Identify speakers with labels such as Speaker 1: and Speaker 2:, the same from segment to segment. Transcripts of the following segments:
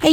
Speaker 1: Hey,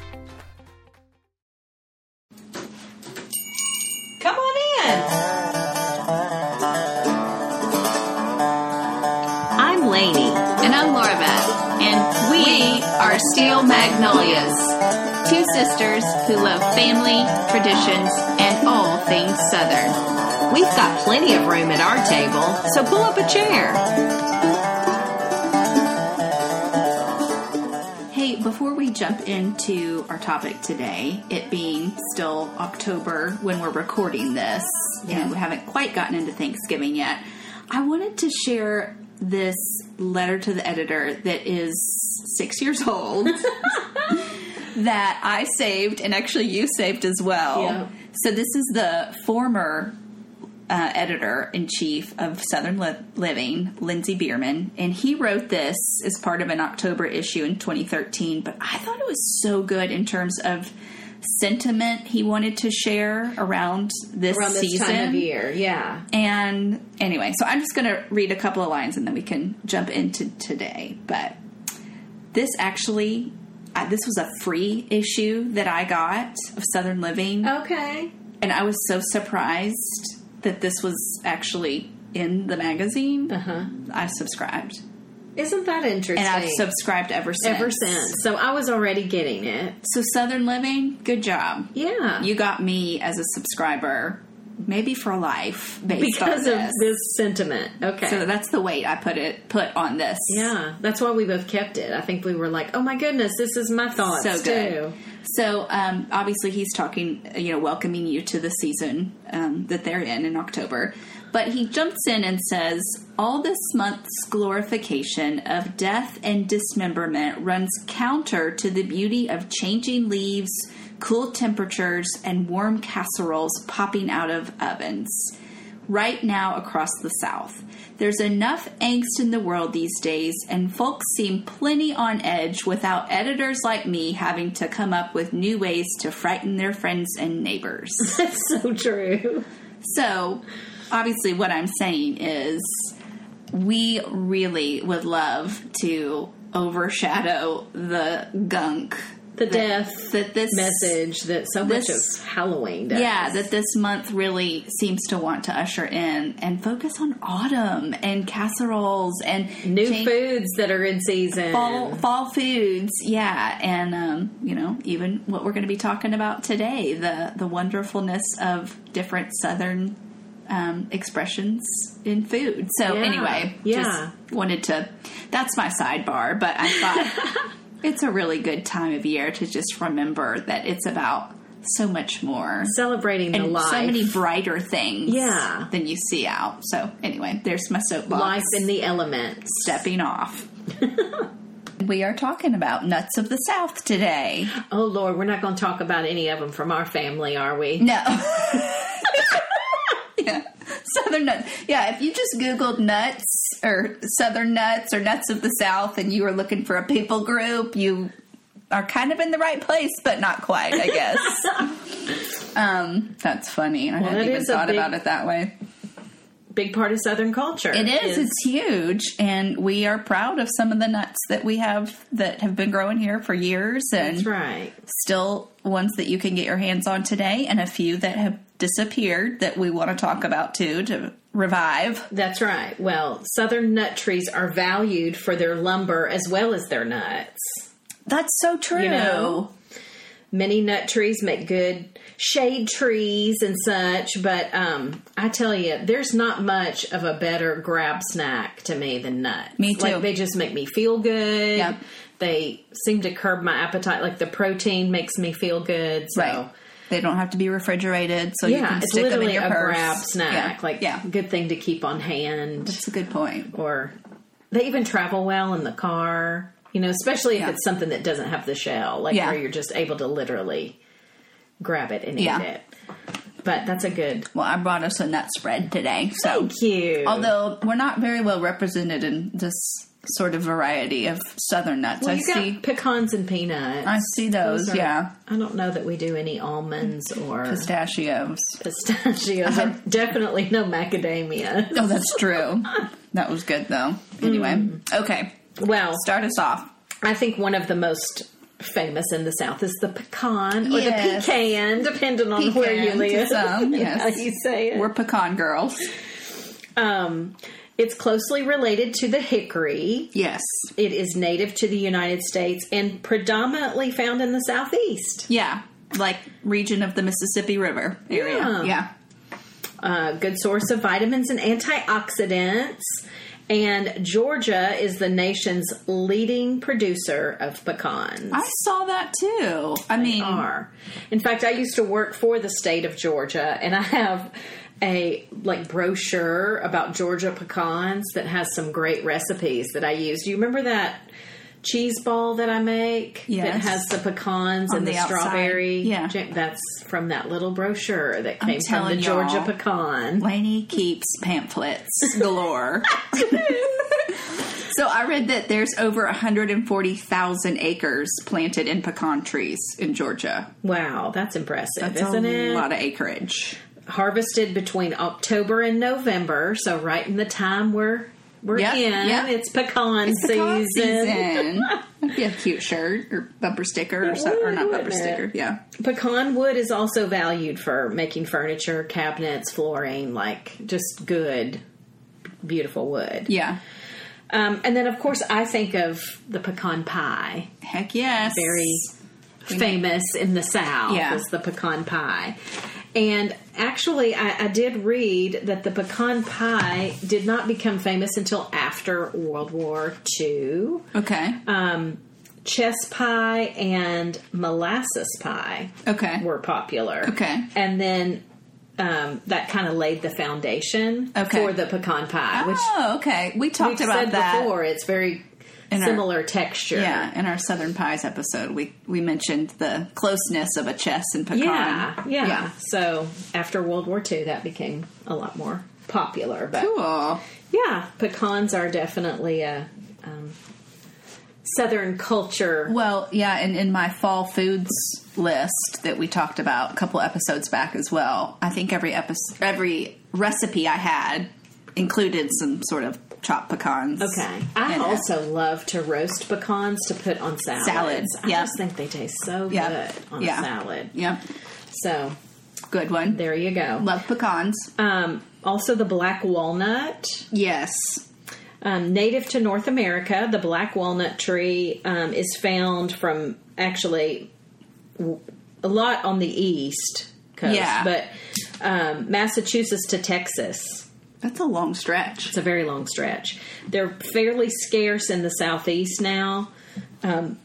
Speaker 1: Come on in.
Speaker 2: I'm Lainey. And I'm Laura Beth. And we, are Steel Magnolias, two sisters who love family, traditions, and all things Southern. We've got plenty of room at our table, so pull up a chair. Hey, before we jump into our topic today, it being still October when we're recording this, and we haven't quite gotten into Thanksgiving yet, I wanted to share this letter to the editor that is six years old that I saved, and actually you saved as well.
Speaker 3: Yeah.
Speaker 2: So this is the former uh, editor in chief of Southern Li- Living, Lindsay Bierman, and he wrote this as part of an October issue in 2013. But I thought it was so good in terms of sentiment he wanted to share around this
Speaker 3: around this
Speaker 2: season.
Speaker 3: time of year. Yeah.
Speaker 2: And anyway, so I'm just going to read a couple of lines and then we can jump into today. But this actually, I, this was a free issue that I got of Southern
Speaker 3: Oh,
Speaker 2: Living
Speaker 3: Okay.
Speaker 2: and I was so surprised that this was actually in the magazine.
Speaker 3: huh.
Speaker 2: I subscribed,
Speaker 3: Isn't that interesting?
Speaker 2: and I've subscribed ever since.
Speaker 3: Ever since. So I was already getting it.
Speaker 2: So Southern Living, good job.
Speaker 3: Yeah.
Speaker 2: You got me as a subscriber, maybe for life, based
Speaker 3: because
Speaker 2: on
Speaker 3: of this sentiment. Okay.
Speaker 2: So that's the weight I put it put on this.
Speaker 3: yeah. That's why we both kept it. I think we were like, oh my goodness, this is my thoughts
Speaker 2: So good.
Speaker 3: too.
Speaker 2: So um, obviously he's talking, you know, welcoming you to the season um, that they're in in October. But he jumps in and says, "All this month's glorification of death and dismemberment runs counter to the beauty of changing leaves, cool temperatures, and warm casseroles popping out of ovens." right now across the South. There's enough angst in the world these days, and folks seem plenty on edge without editors like me having to come up with new ways to frighten their friends and neighbors.
Speaker 3: That's so true.
Speaker 2: so, obviously, what I'm saying is we really would love to overshadow the gunk
Speaker 3: The death
Speaker 2: that this
Speaker 3: message that so much
Speaker 2: this-
Speaker 3: of Halloween does.
Speaker 2: yeah, that this month really seems to want to usher in and focus on autumn and casseroles and
Speaker 3: New
Speaker 2: change-
Speaker 3: foods that are in season.
Speaker 2: fall fall foods. Yeah, and um, you know even what we're going to be talking about today the the wonderfulness of different southern um, expressions in food. So
Speaker 3: Yeah,
Speaker 2: anyway,
Speaker 3: yeah.
Speaker 2: just wanted to. That's my sidebar, but I thought. It's a really good time of year to just remember that it's about so much more
Speaker 3: Celebrating the
Speaker 2: and
Speaker 3: life.
Speaker 2: so many brighter things
Speaker 3: Yeah.
Speaker 2: than you see out. So anyway, there's my soapbox.
Speaker 3: life in the elements.
Speaker 2: stepping off. we are talking about nuts of the South today.
Speaker 3: Oh Lord, we're not going to talk about any of them from our family, are we?
Speaker 2: No. yeah. Southern nuts. Yeah, if you just Googled nuts or Southern nuts or nuts of the South and you were looking for a people group, you are kind of in the right place, but not quite, I guess. um, that's funny. I hadn't
Speaker 3: it
Speaker 2: even
Speaker 3: is a
Speaker 2: thought
Speaker 3: big-
Speaker 2: about it that way.
Speaker 3: Big part of Southern culture.
Speaker 2: It is. It's huge, and we are proud of some of the nuts that we have that have been growing here for years, and
Speaker 3: That's right.
Speaker 2: still ones that you can get your hands on today, and a few that have disappeared that we want to talk about too to revive.
Speaker 3: That's right. Well, southern nut trees are valued for their lumber as well as their nuts.
Speaker 2: That's so true.
Speaker 3: know? many nut trees make good shade trees and such. But um, I tell you, there's not much of a better grab snack to me than nuts.
Speaker 2: Me too.
Speaker 3: Like they just make me feel good.
Speaker 2: Yep.
Speaker 3: They seem to curb my appetite. Like the protein makes me feel good. So.
Speaker 2: Right. They don't have to be refrigerated, so you
Speaker 3: Yeah,
Speaker 2: can
Speaker 3: it's
Speaker 2: stick them in
Speaker 3: literally
Speaker 2: your
Speaker 3: a
Speaker 2: purse.
Speaker 3: grab snack.
Speaker 2: Yeah.
Speaker 3: Like,
Speaker 2: yeah,
Speaker 3: good thing to keep on hand.
Speaker 2: that's a good point.
Speaker 3: or they even travel well in the car. You know, especially if
Speaker 2: Yeah.
Speaker 3: it's something that doesn't have the shell, like
Speaker 2: Yeah.
Speaker 3: where you're just able to literally grab it and
Speaker 2: Yeah.
Speaker 3: eat it. But that's a good.
Speaker 2: Well, I brought us a nut spread today, so
Speaker 3: Thank you.
Speaker 2: Although we're not very well represented in this sort of variety of southern nuts,
Speaker 3: well,
Speaker 2: I
Speaker 3: Oh, you got
Speaker 2: see.
Speaker 3: pecans and peanuts.
Speaker 2: I see those.
Speaker 3: Those are-
Speaker 2: yeah,
Speaker 3: I don't know that we do any almonds or
Speaker 2: pistachios.
Speaker 3: pistachios. or definitely no macadamia.
Speaker 2: Oh, that's true. that was good though. Anyway,
Speaker 3: Mm.
Speaker 2: okay.
Speaker 3: Well,
Speaker 2: Start us off.
Speaker 3: I think one of the most famous in the South is the pecan or
Speaker 2: Yes.
Speaker 3: the pecan, depending on where you
Speaker 2: Pecan to
Speaker 3: live.
Speaker 2: some,
Speaker 3: and how
Speaker 2: yes.
Speaker 3: you say it.
Speaker 2: We're pecan girls.
Speaker 3: Um, it's closely related to the hickory.
Speaker 2: Yes.
Speaker 3: It is native to the United States and predominantly found in the southeast.
Speaker 2: Yeah. Like region of the Mississippi River area.
Speaker 3: Yeah.
Speaker 2: yeah.
Speaker 3: A Uh, good source of vitamins and antioxidants. And Georgia is the nation's leading producer of pecans.
Speaker 2: I saw that too. I mean,
Speaker 3: are. In fact, I used to work for the state of Georgia, and I have a like brochure about Georgia pecans that has some great recipes that I use. Do you remember that cheese ball that I make that
Speaker 2: Yes.
Speaker 3: has the pecans and
Speaker 2: the
Speaker 3: the,
Speaker 2: outside.
Speaker 3: strawberry?
Speaker 2: Yeah.
Speaker 3: jam? that's from that little brochure that came from the
Speaker 2: telling
Speaker 3: Georgia
Speaker 2: y'all.
Speaker 3: pecan.
Speaker 2: Laney keeps pamphlets galore. so I read that there's over 140,000 acres planted in pecan trees in Georgia.
Speaker 3: Wow, that's impressive,
Speaker 2: That's
Speaker 3: isn't
Speaker 2: a
Speaker 3: it?
Speaker 2: lot of acreage.
Speaker 3: harvested between October and November, so right in the time we're we're
Speaker 2: Yep,
Speaker 3: in.
Speaker 2: yep.
Speaker 3: It's pecan
Speaker 2: Pecan
Speaker 3: season.
Speaker 2: season. That'd be a cute shirt or bumper sticker or something. Or
Speaker 3: would,
Speaker 2: not bumper
Speaker 3: wouldn't it?
Speaker 2: sticker. Yeah.
Speaker 3: Pecan wood is also valued for making furniture, cabinets, flooring, like just good, beautiful wood.
Speaker 2: Yeah.
Speaker 3: Um, and then, of course, I think of the pecan pie.
Speaker 2: Heck yes.
Speaker 3: very famous in the South
Speaker 2: Yeah.
Speaker 3: is the pecan pie. And actually, I, I did read that the pecan pie did not become famous until after World War II.
Speaker 2: Okay.
Speaker 3: Um, Chess pie and molasses pie
Speaker 2: okay.
Speaker 3: were popular.
Speaker 2: Okay.
Speaker 3: And then um, that kind of laid the foundation
Speaker 2: Okay.
Speaker 3: for the pecan pie, which
Speaker 2: oh, okay. We
Speaker 3: we've
Speaker 2: talked about
Speaker 3: said
Speaker 2: that.
Speaker 3: before. It's very
Speaker 2: In our-
Speaker 3: similar texture.
Speaker 2: Yeah, in our Southern Pies episode, we we mentioned the closeness of a chess and pecan.
Speaker 3: Yeah, yeah, So after World War II, that became a lot more popular. But
Speaker 2: Cool.
Speaker 3: yeah, pecans are definitely a um, Southern culture.
Speaker 2: Well, yeah, and in my fall foods list that we talked about a couple episodes back as well, I think every episode, every recipe I had included some sort of chopped pecans.
Speaker 3: Okay, I
Speaker 2: in it.
Speaker 3: also love to roast pecans to put on salads.
Speaker 2: Salads,
Speaker 3: I
Speaker 2: yeah.
Speaker 3: just think they taste so
Speaker 2: Yeah.
Speaker 3: good on
Speaker 2: Yeah.
Speaker 3: a salad.
Speaker 2: Yep.
Speaker 3: So
Speaker 2: Good one.
Speaker 3: there you go.
Speaker 2: Love pecans.
Speaker 3: Um, also, the black walnut.
Speaker 2: yes.
Speaker 3: um, native to North America. The black walnut tree um, is found from actually w- a lot on the east coast,
Speaker 2: Yeah.
Speaker 3: but um, Massachusetts to Texas.
Speaker 2: That's a long stretch.
Speaker 3: It's a very long stretch. They're fairly scarce in the southeast now. Um,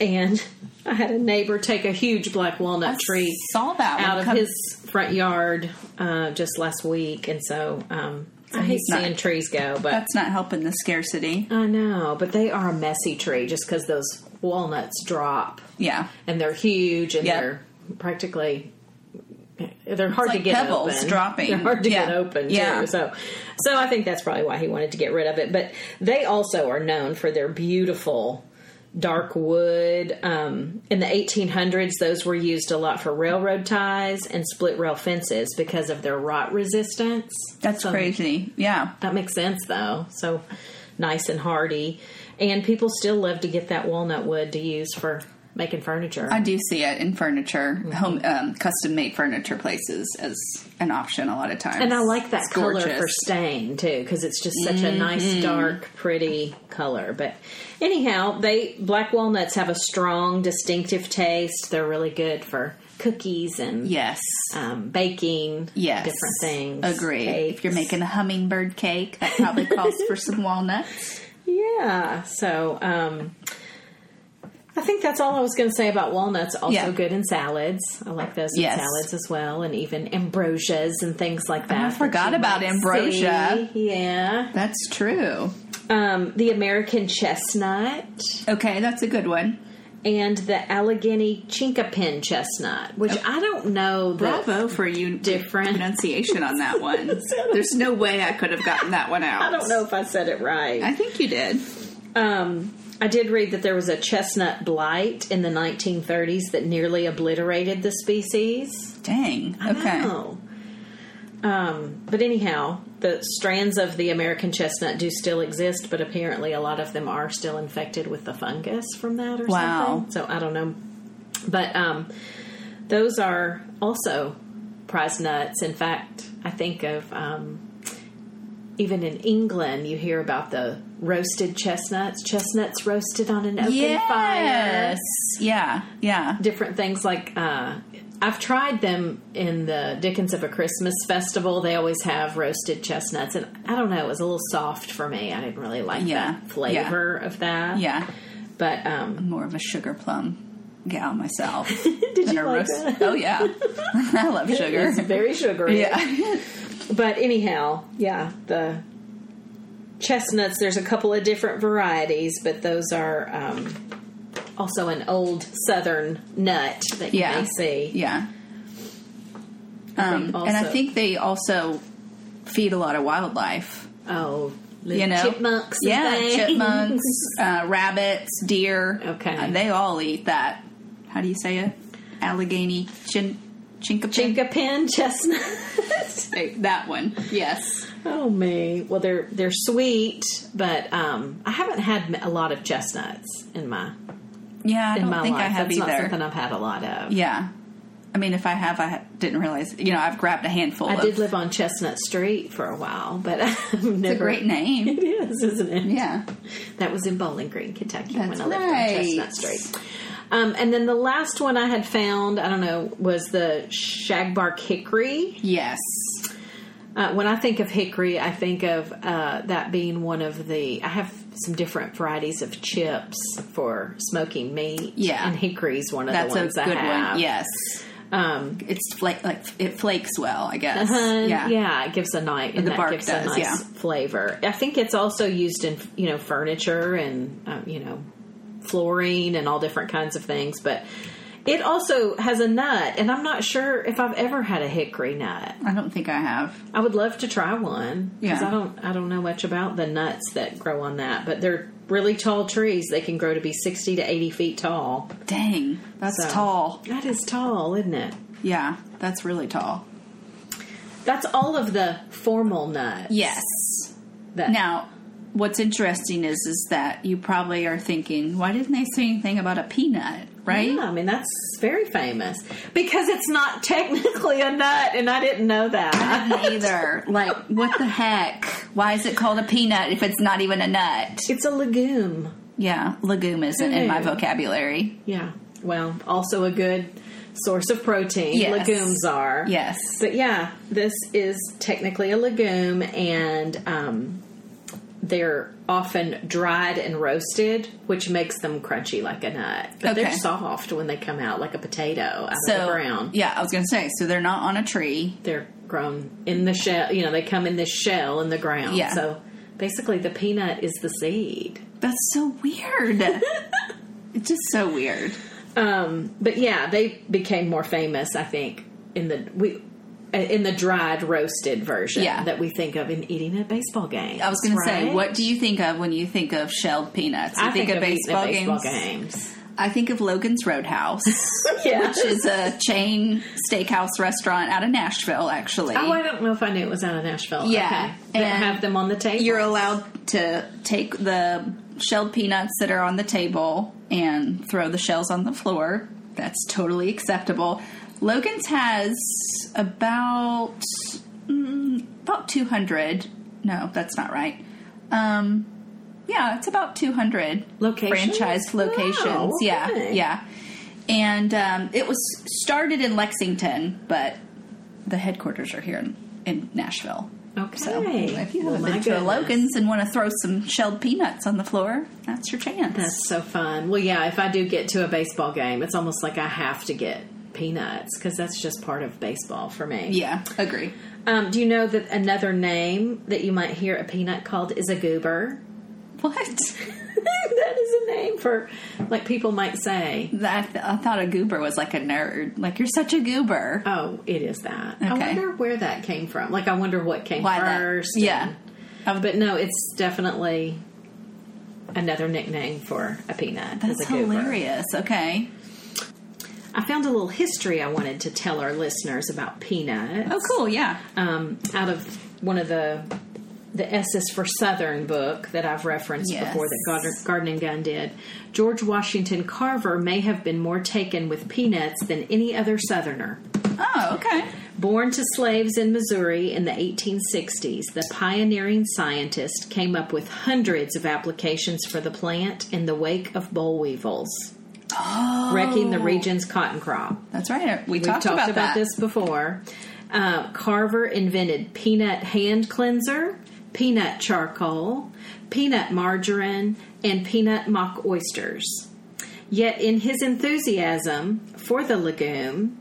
Speaker 3: and I had a neighbor take a huge black walnut tree
Speaker 2: Saw that one
Speaker 3: out of
Speaker 2: come-
Speaker 3: his front yard uh, just last week, and so um, I hate
Speaker 2: he's not-
Speaker 3: seeing trees go. But
Speaker 2: That's not helping the scarcity.
Speaker 3: I know, but they are a messy tree just because those walnuts drop
Speaker 2: Yeah.
Speaker 3: and they're huge and
Speaker 2: Yep.
Speaker 3: they're practically they're hard
Speaker 2: like
Speaker 3: to get
Speaker 2: pebbles
Speaker 3: open.
Speaker 2: dropping.
Speaker 3: They're hard to
Speaker 2: Yeah.
Speaker 3: get open.
Speaker 2: Yeah.
Speaker 3: too. So, so I think that's probably why he wanted to get rid of it. But they also are known for their beautiful dark wood. Um, in the 1800s, those were used a lot for railroad ties and split rail fences because of their rot resistance.
Speaker 2: That's
Speaker 3: So-
Speaker 2: crazy. Yeah.
Speaker 3: that makes sense though. So nice and hardy. And people still love to get that walnut wood to use for making furniture.
Speaker 2: I do see it in furniture,
Speaker 3: Mm-hmm.
Speaker 2: home um, custom made furniture places as an option a lot of times.
Speaker 3: and I like that
Speaker 2: It's
Speaker 3: color for
Speaker 2: gorgeous. Mm-hmm.
Speaker 3: stain too because it's just such a nice, dark, pretty color. But anyhow, they black walnuts have a strong, distinctive taste. They're really good for cookies and
Speaker 2: Yes.
Speaker 3: um, baking,
Speaker 2: Yes.
Speaker 3: different things.
Speaker 2: Agree. If you're
Speaker 3: cakes.
Speaker 2: making a hummingbird cake, that probably calls for some walnuts.
Speaker 3: Yeah. So um, I think that's all I was going to say about walnuts. Also
Speaker 2: Yeah.
Speaker 3: good in salads. I like those
Speaker 2: Yes. Oh,
Speaker 3: in salads as well, and even ambrosias and things like that. that
Speaker 2: forgot
Speaker 3: you
Speaker 2: about
Speaker 3: might
Speaker 2: ambrosia.
Speaker 3: see. Yeah.
Speaker 2: That's true.
Speaker 3: Um, the American chestnut
Speaker 2: Okay, that's a good one.
Speaker 3: and the Allegheny chinkapin chestnut, which I don't know. that
Speaker 2: Bravo for you
Speaker 3: Different.
Speaker 2: pronunciation on that one. There's no way I could have gotten that one out.
Speaker 3: I don't know if I said it right.
Speaker 2: I think you did.
Speaker 3: Um, I did read that there was a chestnut blight in the 1930s that nearly obliterated the species.
Speaker 2: Dang.
Speaker 3: I
Speaker 2: Okay.
Speaker 3: know. Um, but anyhow, the strands of the American chestnut do still exist, but apparently a lot of them are still infected with the fungus from that or
Speaker 2: Wow.
Speaker 3: something. So I don't know. But um, those are also prize nuts. In fact, I think of um, even in England, you hear about the roasted chestnuts, chestnuts roasted on an open fire
Speaker 2: Yes. Yeah. Yeah.
Speaker 3: different things like uh, I've tried them in the Dickens of a Christmas festival. They always have roasted chestnuts, and I don't know, it was a little soft for me. I didn't really like
Speaker 2: Yeah,
Speaker 3: that flavor of that.
Speaker 2: Yeah.
Speaker 3: but um,
Speaker 2: More of a sugar plum gal myself.
Speaker 3: did
Speaker 2: than
Speaker 3: you
Speaker 2: a
Speaker 3: like
Speaker 2: roast-
Speaker 3: that?
Speaker 2: Oh yeah. I love sugar.
Speaker 3: It's very sugary.
Speaker 2: Yeah.
Speaker 3: but anyhow, yeah, the chestnuts. There's a couple of different varieties, but those are. Um, also, an old southern nut that you
Speaker 2: Yeah.
Speaker 3: may see.
Speaker 2: Yeah. Um,
Speaker 3: think
Speaker 2: and I
Speaker 3: also-
Speaker 2: think they also feed a lot of wildlife.
Speaker 3: Oh, little
Speaker 2: You know,
Speaker 3: chipmunks. eh? and
Speaker 2: yeah,
Speaker 3: things.
Speaker 2: chipmunks, uh, rabbits, deer.
Speaker 3: Okay.
Speaker 2: Uh, they all eat that. How do you say it? Allegheny chin, chinkapin.
Speaker 3: Chinkapin chestnut.
Speaker 2: Hey, that one. Yes.
Speaker 3: oh me. Well, they're they're sweet, but um, I haven't had a lot of chestnuts in my
Speaker 2: Yeah, I
Speaker 3: in
Speaker 2: don't
Speaker 3: my
Speaker 2: think
Speaker 3: life.
Speaker 2: I have
Speaker 3: That's
Speaker 2: either.
Speaker 3: not something I've had a lot of.
Speaker 2: Yeah. I mean, if I have, I ha- didn't realize. You know, I've grabbed a handful.
Speaker 3: I
Speaker 2: of,
Speaker 3: did live on Chestnut Street for a while, but I've never.
Speaker 2: It's a great name.
Speaker 3: It is, isn't it?
Speaker 2: Yeah.
Speaker 3: That was in Bowling Green, Kentucky,
Speaker 2: That's
Speaker 3: when I lived
Speaker 2: right.
Speaker 3: on Chestnut Street. Um, and then the last one I had found, I don't know, was the shagbark hickory.
Speaker 2: Yes.
Speaker 3: Uh, when I think of hickory, I think of uh, that being one of the. I have some different varieties of chips for smoking meat.
Speaker 2: Yeah.
Speaker 3: and hickory's one of
Speaker 2: That's
Speaker 3: the
Speaker 2: a
Speaker 3: ones I
Speaker 2: good
Speaker 3: have.
Speaker 2: one. Yes.
Speaker 3: um, Uh-huh.
Speaker 2: It's flake like it flakes well, I guess.
Speaker 3: and
Speaker 2: yeah.
Speaker 3: yeah. it gives a nice. And
Speaker 2: The
Speaker 3: that
Speaker 2: bark
Speaker 3: gives
Speaker 2: does,
Speaker 3: a nice
Speaker 2: yeah.
Speaker 3: flavor. I think it's also used in you know furniture and um, you know flooring and all different kinds of things, but. It also has a nut, and I'm not sure if I've ever had a hickory nut.
Speaker 2: I don't think I have.
Speaker 3: I would love to try one because
Speaker 2: Yeah.
Speaker 3: I don't I don't know much about the nuts that grow on that, but they're really tall trees. They can grow to be sixty to eighty feet tall.
Speaker 2: Dang, that's
Speaker 3: So-
Speaker 2: tall.
Speaker 3: That is tall, isn't it?
Speaker 2: Yeah, that's really tall.
Speaker 3: That's all of the formal nuts.
Speaker 2: Yes.
Speaker 3: That,
Speaker 2: Now, what's interesting is is that you probably are thinking, why didn't they say anything about a peanut, right?
Speaker 3: Yeah, I mean that's very famous because it's not technically a nut, and I didn't know that.
Speaker 2: Either. Like, what the heck? Why is it called a peanut if it's not even a nut?
Speaker 3: It's a legume.
Speaker 2: Yeah, legume isn't in my
Speaker 3: Ooh.
Speaker 2: vocabulary.
Speaker 3: Yeah. Well, also a good source of protein.
Speaker 2: Yes.
Speaker 3: Legumes are.
Speaker 2: Yes.
Speaker 3: But yeah, this is technically a legume, and um, they're often dried and roasted, which makes them crunchy like a nut. But they're
Speaker 2: Okay.
Speaker 3: soft when they come out, like a potato out of
Speaker 2: So,
Speaker 3: the ground.
Speaker 2: yeah, I was going to say, so they're not on a tree.
Speaker 3: They're grown in the shell. You know, they come in this shell in the ground.
Speaker 2: Yeah.
Speaker 3: So basically, the peanut is the seed.
Speaker 2: That's so weird. it's just so weird.
Speaker 3: Um, but yeah, they became more famous, I think, in the we. In the dried roasted version
Speaker 2: Yeah.
Speaker 3: that we think of in eating at baseball games,
Speaker 2: I was going to say,
Speaker 3: right?
Speaker 2: what do you think of when you think of shelled peanuts? You
Speaker 3: I think, of eating at baseball games.
Speaker 2: I think of Logan's Roadhouse,
Speaker 3: Yeah.
Speaker 2: which is a chain steakhouse restaurant out of Nashville, actually.
Speaker 3: Oh, I don't know if I knew it was out of Nashville.
Speaker 2: Yeah.
Speaker 3: Okay. They
Speaker 2: And
Speaker 3: have them on the table.
Speaker 2: You're allowed to take the shelled peanuts that are on the table and throw the shells on the floor. That's totally acceptable. Logan's has about mm, about 200. No, that's not right. Um, yeah, it's about 200
Speaker 3: Locations?
Speaker 2: franchise locations.
Speaker 3: Wow,
Speaker 2: Yeah,
Speaker 3: okay.
Speaker 2: yeah. And um, it was started in Lexington, but the headquarters are here in, in Nashville.
Speaker 3: Okay.
Speaker 2: So if you
Speaker 3: Well,
Speaker 2: haven't
Speaker 3: my
Speaker 2: been to a
Speaker 3: goodness.
Speaker 2: Logan's and want to throw some shelled peanuts on the floor, that's your chance.
Speaker 3: That's so fun. Well, yeah, if I do get to a baseball game, it's almost like I have to get peanuts because that's just part of baseball for me.
Speaker 2: yeah, agree.
Speaker 3: Um, do you know that another name that you might hear a peanut called is a goober?
Speaker 2: What?
Speaker 3: that is a name for, like, people might say,
Speaker 2: That I thought a goober was like a nerd. Like you're such a goober.
Speaker 3: oh, it is that. I
Speaker 2: Okay.
Speaker 3: wonder where that came from. Like, I wonder what came
Speaker 2: Why that?
Speaker 3: first.
Speaker 2: Yeah.
Speaker 3: and- but no, it's definitely another nickname for a peanut. is
Speaker 2: That's
Speaker 3: a goober.
Speaker 2: hilarious. Okay.
Speaker 3: I found a little history I wanted to tell our listeners about peanuts.
Speaker 2: Oh, cool. Yeah.
Speaker 3: um, out of one of the the S is for Southern book that I've referenced
Speaker 2: Yes.
Speaker 3: before that Garden, Garden and Gunn did. George Washington Carver may have been more taken with peanuts than any other Southerner.
Speaker 2: Oh, okay.
Speaker 3: Born to slaves in Missouri in the 1860s, the pioneering scientist came up with hundreds of applications for the plant in the wake of boll weevils, wrecking the region's cotton crop.
Speaker 2: That's right. We
Speaker 3: We've
Speaker 2: talked, Oh. about, that.
Speaker 3: this before. Uh, Carver invented peanut hand cleanser, peanut charcoal, peanut margarine, and peanut mock oysters. Yet, in his enthusiasm for the legume,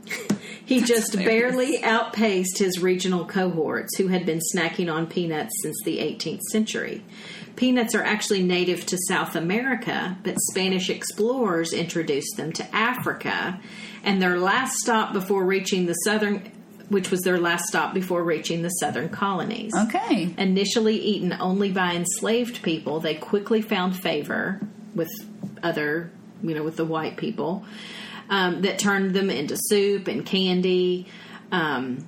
Speaker 3: he just
Speaker 2: hilarious.
Speaker 3: barely outpaced his regional cohorts who had been snacking on peanuts since the 18th century. Peanuts are actually native to South America, but Spanish explorers introduced them to Africa, and their last stop before reaching the southern which was their last stop before reaching the southern colonies.
Speaker 2: Okay.
Speaker 3: Initially eaten only by enslaved people, they quickly found favor with other, you know, with the white people um, that turned them into soup and candy. Um,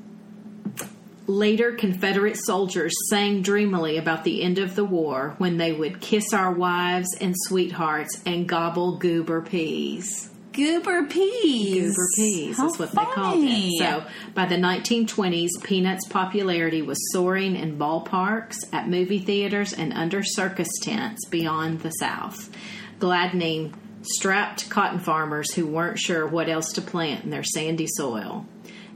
Speaker 3: later, Confederate soldiers sang dreamily about the end of the war when they would kiss our wives and sweethearts and gobble goober peas.
Speaker 2: Goober peas.
Speaker 3: Goober peas
Speaker 2: How
Speaker 3: is what they called it.
Speaker 2: funny.
Speaker 3: So by the 1920s, Peanuts' popularity was soaring in ballparks, at movie theaters, and under circus tents beyond the South, gladdening strapped cotton farmers who weren't sure what else to plant in their sandy soil.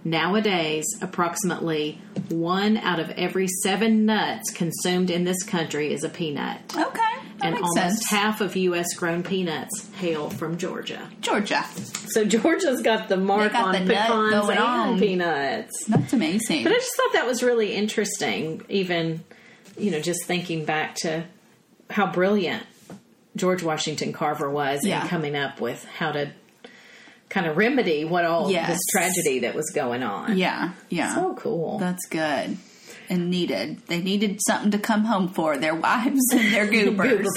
Speaker 3: Nowadays, approximately one out of every seven nuts consumed in this country is a peanut.
Speaker 2: Okay. That
Speaker 3: and
Speaker 2: makes
Speaker 3: almost
Speaker 2: sense.
Speaker 3: half of U.S. grown peanuts hail from Georgia.
Speaker 2: Georgia.
Speaker 3: So Georgia's got the mark
Speaker 2: They got
Speaker 3: on
Speaker 2: the nut
Speaker 3: pecans
Speaker 2: going
Speaker 3: and
Speaker 2: on.
Speaker 3: peanuts.
Speaker 2: That's amazing.
Speaker 3: But I just thought that was really interesting, even you know, just thinking back to how brilliant George Washington Carver was
Speaker 2: Yeah.
Speaker 3: in coming up with how to kind of remedy what all
Speaker 2: Yes.
Speaker 3: this tragedy that was going on.
Speaker 2: Yeah. Yeah.
Speaker 3: So cool.
Speaker 2: That's good. And needed. They needed something to come home for their wives and their goobers.
Speaker 3: Goober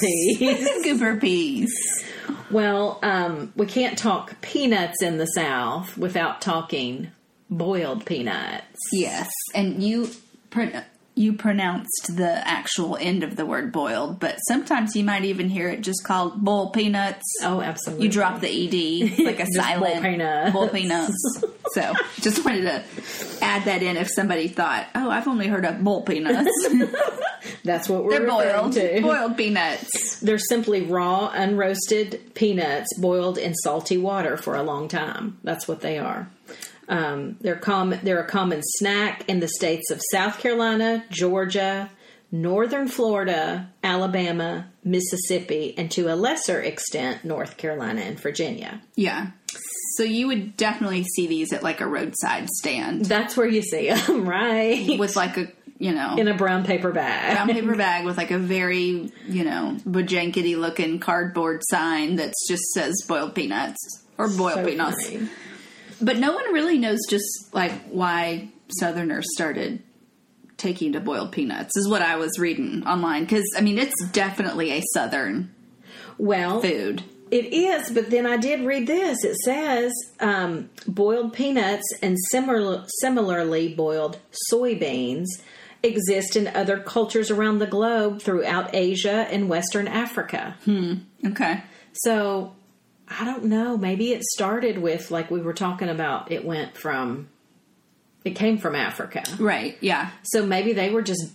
Speaker 3: peas.
Speaker 2: Goober peas.
Speaker 3: well, um, we can't talk peanuts in the South without talking boiled peanuts.
Speaker 2: Yes. And you pron- you pronounced the actual end of the word boiled, but sometimes you might even hear it just called bowl peanuts.
Speaker 3: Oh, absolutely.
Speaker 2: You drop the ed, it's like a
Speaker 3: Just bowl
Speaker 2: silent
Speaker 3: peanuts.
Speaker 2: bowl peanuts. so, just wanted to add that in if somebody thought, "Oh, I've only heard of bowl peanuts.
Speaker 3: That's what we're
Speaker 2: They're
Speaker 3: referring
Speaker 2: boiled,
Speaker 3: to.
Speaker 2: boiled peanuts."
Speaker 3: They're simply raw, unroasted peanuts boiled in salty water for a long time. That's what they are. Um, they're com- They're a common snack in the states of South Carolina, Georgia, Northern Florida, Alabama, Mississippi, and to a lesser extent, North Carolina and Virginia.
Speaker 2: Yeah. So you would definitely see these at like a roadside stand
Speaker 3: That's where you see them, right?
Speaker 2: with like a you know
Speaker 3: In a brown paper bag.
Speaker 2: brown paper bag with like a very you know bajankety looking cardboard sign that just says boiled peanuts or boiled
Speaker 3: So
Speaker 2: peanuts.
Speaker 3: funny.
Speaker 2: But no one really knows just like why Southerners started taking to boiled peanuts is what I was reading online because I mean it's definitely a Southern
Speaker 3: Well,
Speaker 2: food.
Speaker 3: It is, but then I did read this. It says um, boiled peanuts and similar, similarly boiled soybeans exist in other cultures around the globe throughout Asia and Western Africa.
Speaker 2: Okay.
Speaker 3: So I don't know. Maybe it started with, like we were talking about, it went from, it came from Africa.
Speaker 2: Right. Yeah.
Speaker 3: So maybe they were just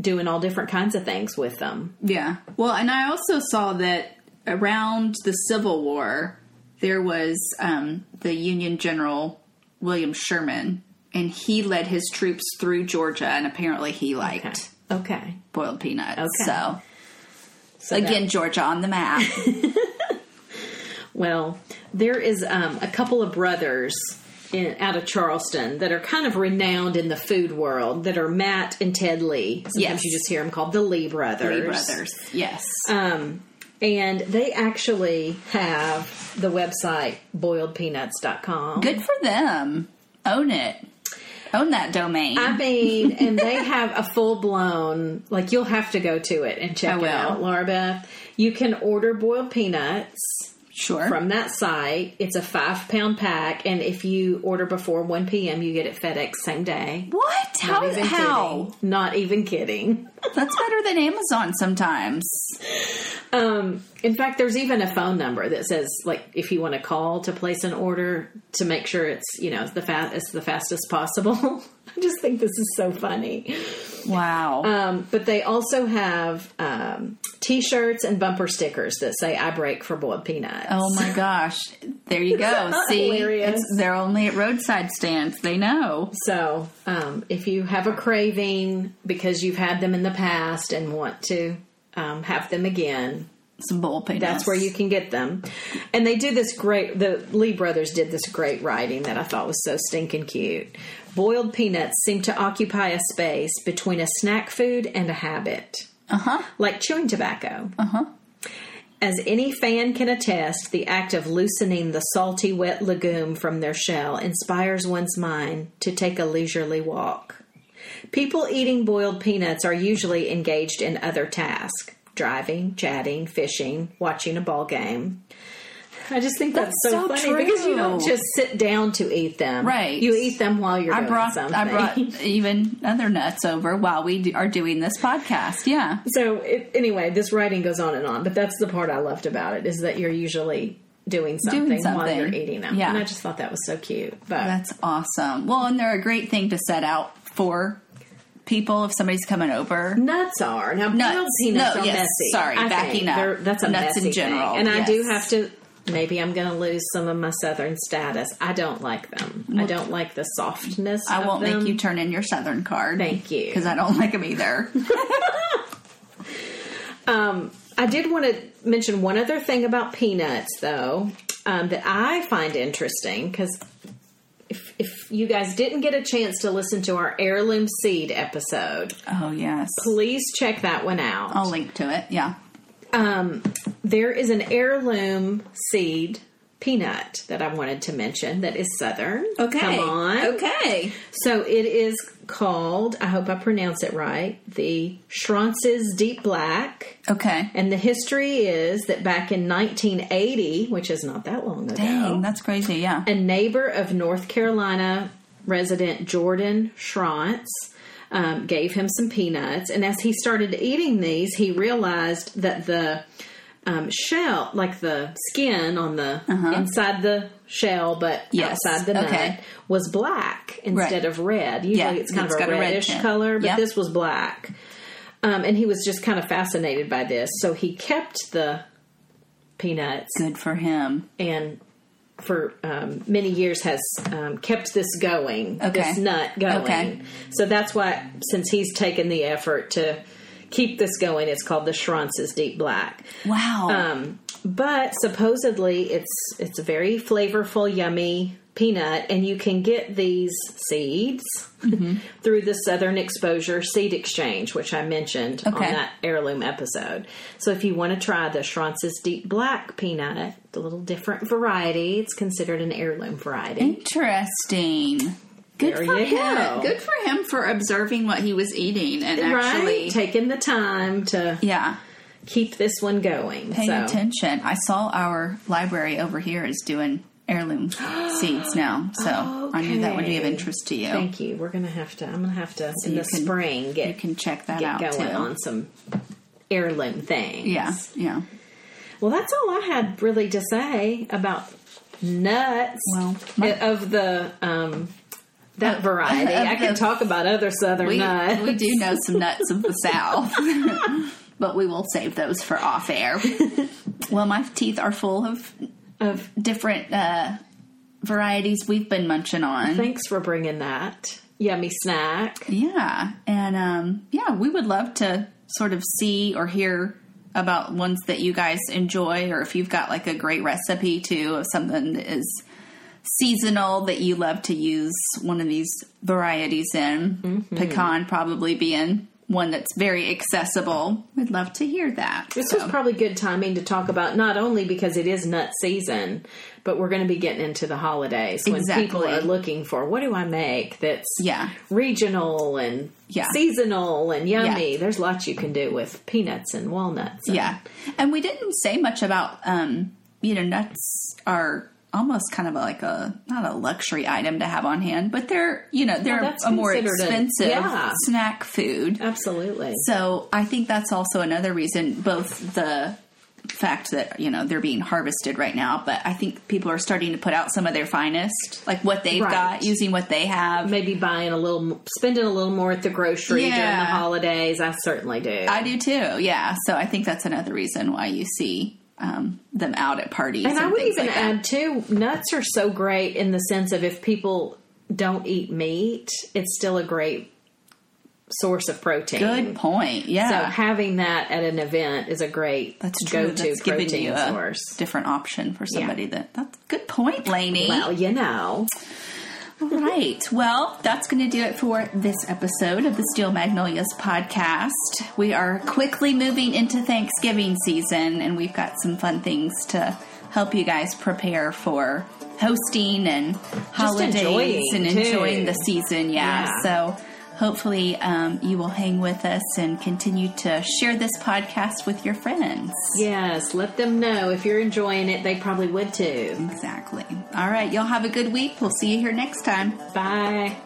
Speaker 3: doing all different kinds of things with them.
Speaker 2: Yeah. Well, and I also saw that around the Civil War, there was um, the Union General William Sherman, and he led his troops through Georgia, and apparently he liked
Speaker 3: Okay.
Speaker 2: boiled peanuts.
Speaker 3: Okay.
Speaker 2: So,
Speaker 3: So
Speaker 2: again, Georgia on the map.
Speaker 3: Well, there is um, a couple of brothers in, out of Charleston that are kind of renowned in the food world that are Matt and Ted Lee. Sometimes
Speaker 2: Yes.
Speaker 3: you just hear them called the Lee brothers.
Speaker 2: Lee Brothers. Yes.
Speaker 3: Um, and they actually have the website boiledpeanuts.com.
Speaker 2: Good for them. Own it. Own that domain.
Speaker 3: I mean, and they have a full blown like you'll have to go to it and
Speaker 2: I
Speaker 3: check
Speaker 2: will.
Speaker 3: it out, Laura Beth. You can order boiled peanuts.
Speaker 2: sure.
Speaker 3: from that site. It's a five pound pack, and if you order before 1 p.m., you get it FedEx same day.
Speaker 2: what? How?
Speaker 3: Not even
Speaker 2: How?
Speaker 3: Kidding. Not even kidding.
Speaker 2: That's better than Amazon sometimes.
Speaker 3: Um, in fact, there's even a phone number that says, like, if you want to call to place an order to make sure it's, you know, the fast, it's the fastest possible. I just think this is so funny.
Speaker 2: Wow.
Speaker 3: Um, but they also have um, t-shirts and bumper stickers that say "I break for boiled peanuts."
Speaker 2: Oh my gosh. There you go.
Speaker 3: that
Speaker 2: See,
Speaker 3: hilarious?
Speaker 2: It's, they're only at roadside stands. They know.
Speaker 3: So, um, if you have a craving because you've had them in the past and want to um, have them again,
Speaker 2: Some bowl peanuts.
Speaker 3: that's where you can get them. And they do this great, the Lee brothers did this great writing that I thought was so stinking cute. Boiled peanuts seem to occupy a space between a snack food and a habit. Like chewing tobacco. As any fan can attest, the act of loosening the salty, wet legume from their shell inspires one's mind to take a leisurely walk. People eating boiled peanuts are usually engaged in other tasks driving, chatting, fishing, watching a ball game. I just think that's,
Speaker 2: That's
Speaker 3: so,
Speaker 2: so
Speaker 3: funny because you don't
Speaker 2: true.
Speaker 3: just sit down to eat them.
Speaker 2: Right.
Speaker 3: You eat them while you're
Speaker 2: I
Speaker 3: doing
Speaker 2: brought
Speaker 3: something.
Speaker 2: I brought even other nuts over while we do, are doing this podcast. Yeah.
Speaker 3: so it, anyway, this writing goes on and on, but that's the part I loved about it is that you're usually doing something, while
Speaker 2: something.
Speaker 3: you're eating them.
Speaker 2: Yeah.
Speaker 3: And I just thought that was so cute. But
Speaker 2: That's awesome. Well, and they're a great thing to set out for people if somebody's coming over.
Speaker 3: nuts are now
Speaker 2: Nuts.
Speaker 3: boiled peanuts
Speaker 2: No,
Speaker 3: are
Speaker 2: yes,
Speaker 3: messy.
Speaker 2: sorry,
Speaker 3: I
Speaker 2: backing
Speaker 3: think
Speaker 2: up.
Speaker 3: they're- That's a
Speaker 2: Nuts in
Speaker 3: messy thing.
Speaker 2: general,
Speaker 3: and I do
Speaker 2: yes.
Speaker 3: have to. Maybe I'm going to lose some of my southern status. I don't like them. I don't like the softness.
Speaker 2: I
Speaker 3: of
Speaker 2: won't
Speaker 3: them.
Speaker 2: make you turn in your Southern card.
Speaker 3: Thank you.
Speaker 2: Because I don't like them either.
Speaker 3: Um, I did want to mention one other thing about peanuts, though, um, that I find interesting because if, if you guys didn't get a chance to listen to our heirloom seed episode,
Speaker 2: oh, yes.
Speaker 3: please check that one out.
Speaker 2: I'll link to it. Yeah.
Speaker 3: Um, there is an heirloom seed peanut that I wanted to mention that is southern. Come on.
Speaker 2: Okay.
Speaker 3: So it is called, I hope I pronounce it right, the Schrantz's Deep Black.
Speaker 2: Okay.
Speaker 3: And the history is that back in 1980, which is not that long ago,
Speaker 2: Dang, that's crazy. Yeah.
Speaker 3: a neighbor of North Carolina resident Jordan Schrantz um, gave him some peanuts. And as he started eating these, he realized that the um, shell, like the skin on the inside the shell, but
Speaker 2: Uh-huh. Yes.
Speaker 3: outside the
Speaker 2: Okay.
Speaker 3: nut, was black instead
Speaker 2: Right.
Speaker 3: of red. Usually
Speaker 2: Yeah,
Speaker 3: it's kind
Speaker 2: it's
Speaker 3: of
Speaker 2: got
Speaker 3: a
Speaker 2: a red
Speaker 3: reddish
Speaker 2: tint.
Speaker 3: color, but
Speaker 2: Yep.
Speaker 3: this was black. Um, and he was just kind of fascinated by this, so he kept the peanuts
Speaker 2: Good for him.
Speaker 3: and for um, many years has um, kept this going,
Speaker 2: Okay.
Speaker 3: this nut going.
Speaker 2: Okay.
Speaker 3: So that's why, since he's taken the effort to keep this going, it's called the Schrantz's Deep Black.
Speaker 2: Wow.
Speaker 3: Um, but supposedly, it's it's a very flavorful, yummy peanut, and you can get these seeds
Speaker 2: Mm-hmm.
Speaker 3: through the Southern Exposure Seed Exchange, which I mentioned
Speaker 2: Okay.
Speaker 3: on that heirloom episode. So if you want to try the Schrantz's Deep Black peanut, it's a little different variety, it's considered an heirloom variety.
Speaker 2: Interesting. Good
Speaker 3: There
Speaker 2: for
Speaker 3: you
Speaker 2: him.
Speaker 3: go.
Speaker 2: Good for him for observing what he was eating and actually
Speaker 3: right, taking the time to
Speaker 2: Yeah.
Speaker 3: keep this one going.
Speaker 2: Pay
Speaker 3: so.
Speaker 2: attention. I saw our library over here is doing heirloom seeds now. So I knew that would be of
Speaker 3: Okay.
Speaker 2: interest to you.
Speaker 3: Thank you. We're gonna have to. I'm gonna have to in
Speaker 2: you
Speaker 3: the
Speaker 2: can-
Speaker 3: spring
Speaker 2: you
Speaker 3: get
Speaker 2: can check that
Speaker 3: get
Speaker 2: out
Speaker 3: going
Speaker 2: too.
Speaker 3: on some heirloom things.
Speaker 2: Yeah, yeah.
Speaker 3: Well, that's all I had really to say about nuts
Speaker 2: Well, my-
Speaker 3: of the um, that variety.
Speaker 2: of
Speaker 3: I could
Speaker 2: the-
Speaker 3: talk about other southern
Speaker 2: We
Speaker 3: nuts.
Speaker 2: we do know some nuts of the south, but we will save those for off air. well, my teeth are full of
Speaker 3: Of-
Speaker 2: different uh, varieties we've been munching on.
Speaker 3: Thanks for bringing that yummy snack.
Speaker 2: Yeah, and um, yeah, we would love to sort of see or hear about ones that you guys enjoy, or if you've got like a great recipe too of something that is seasonal that you love to use one of these varieties in. Pecan probably being one that's very accessible. We'd love to hear that.
Speaker 3: This was probably good timing to talk about not only because it is nut season, but we're going to be getting into the holidays when people
Speaker 2: Exactly.
Speaker 3: are looking for what do I make that's
Speaker 2: Yeah.
Speaker 3: regional and
Speaker 2: Yeah.
Speaker 3: seasonal and yummy.
Speaker 2: Yeah.
Speaker 3: There's lots you can do with peanuts and walnuts. and-
Speaker 2: Yeah, and we didn't say much about um, you know nuts are almost kind of like a not a luxury item to have on hand, but they're you know they're
Speaker 3: that's
Speaker 2: a more
Speaker 3: considered a-
Speaker 2: expensive
Speaker 3: yeah.
Speaker 2: snack food.
Speaker 3: Absolutely.
Speaker 2: So I think that's also another reason, both the fact that you know they're being harvested right now, but I think people are starting to put out some of their finest, like what they've
Speaker 3: Right.
Speaker 2: got, using what they have.
Speaker 3: maybe buying a little, spending a little more at the grocery during
Speaker 2: Yeah.
Speaker 3: the holidays. I certainly do.
Speaker 2: I do too, yeah. So I think that's another reason why you see um, them out at parties. And,
Speaker 3: and I would
Speaker 2: things
Speaker 3: even
Speaker 2: like that.
Speaker 3: add too, nuts are so great in the sense of if people don't eat meat, it's still a great source of protein.
Speaker 2: Good point.
Speaker 3: So
Speaker 2: Yeah.
Speaker 3: having that at an event is a great
Speaker 2: that's true.
Speaker 3: go-to
Speaker 2: that's giving
Speaker 3: protein
Speaker 2: you a
Speaker 3: source.
Speaker 2: different option for somebody that that's good point, Lainey.
Speaker 3: Well, you know,
Speaker 2: All right. Well, that's going to do it for this episode of the Steel Magnolias podcast. We are quickly moving into Thanksgiving season, and we've got some fun things to help you guys prepare for hosting and holidays
Speaker 3: enjoying,
Speaker 2: and
Speaker 3: too.
Speaker 2: enjoying the season. Yeah.
Speaker 3: Yeah.
Speaker 2: So. Hopefully, um, you will hang with us and continue to share this podcast with your friends.
Speaker 3: yes, let them know if you're enjoying it. They probably would too.
Speaker 2: Exactly. All right. Y'all have a good week. We'll see you here next time.
Speaker 3: Bye.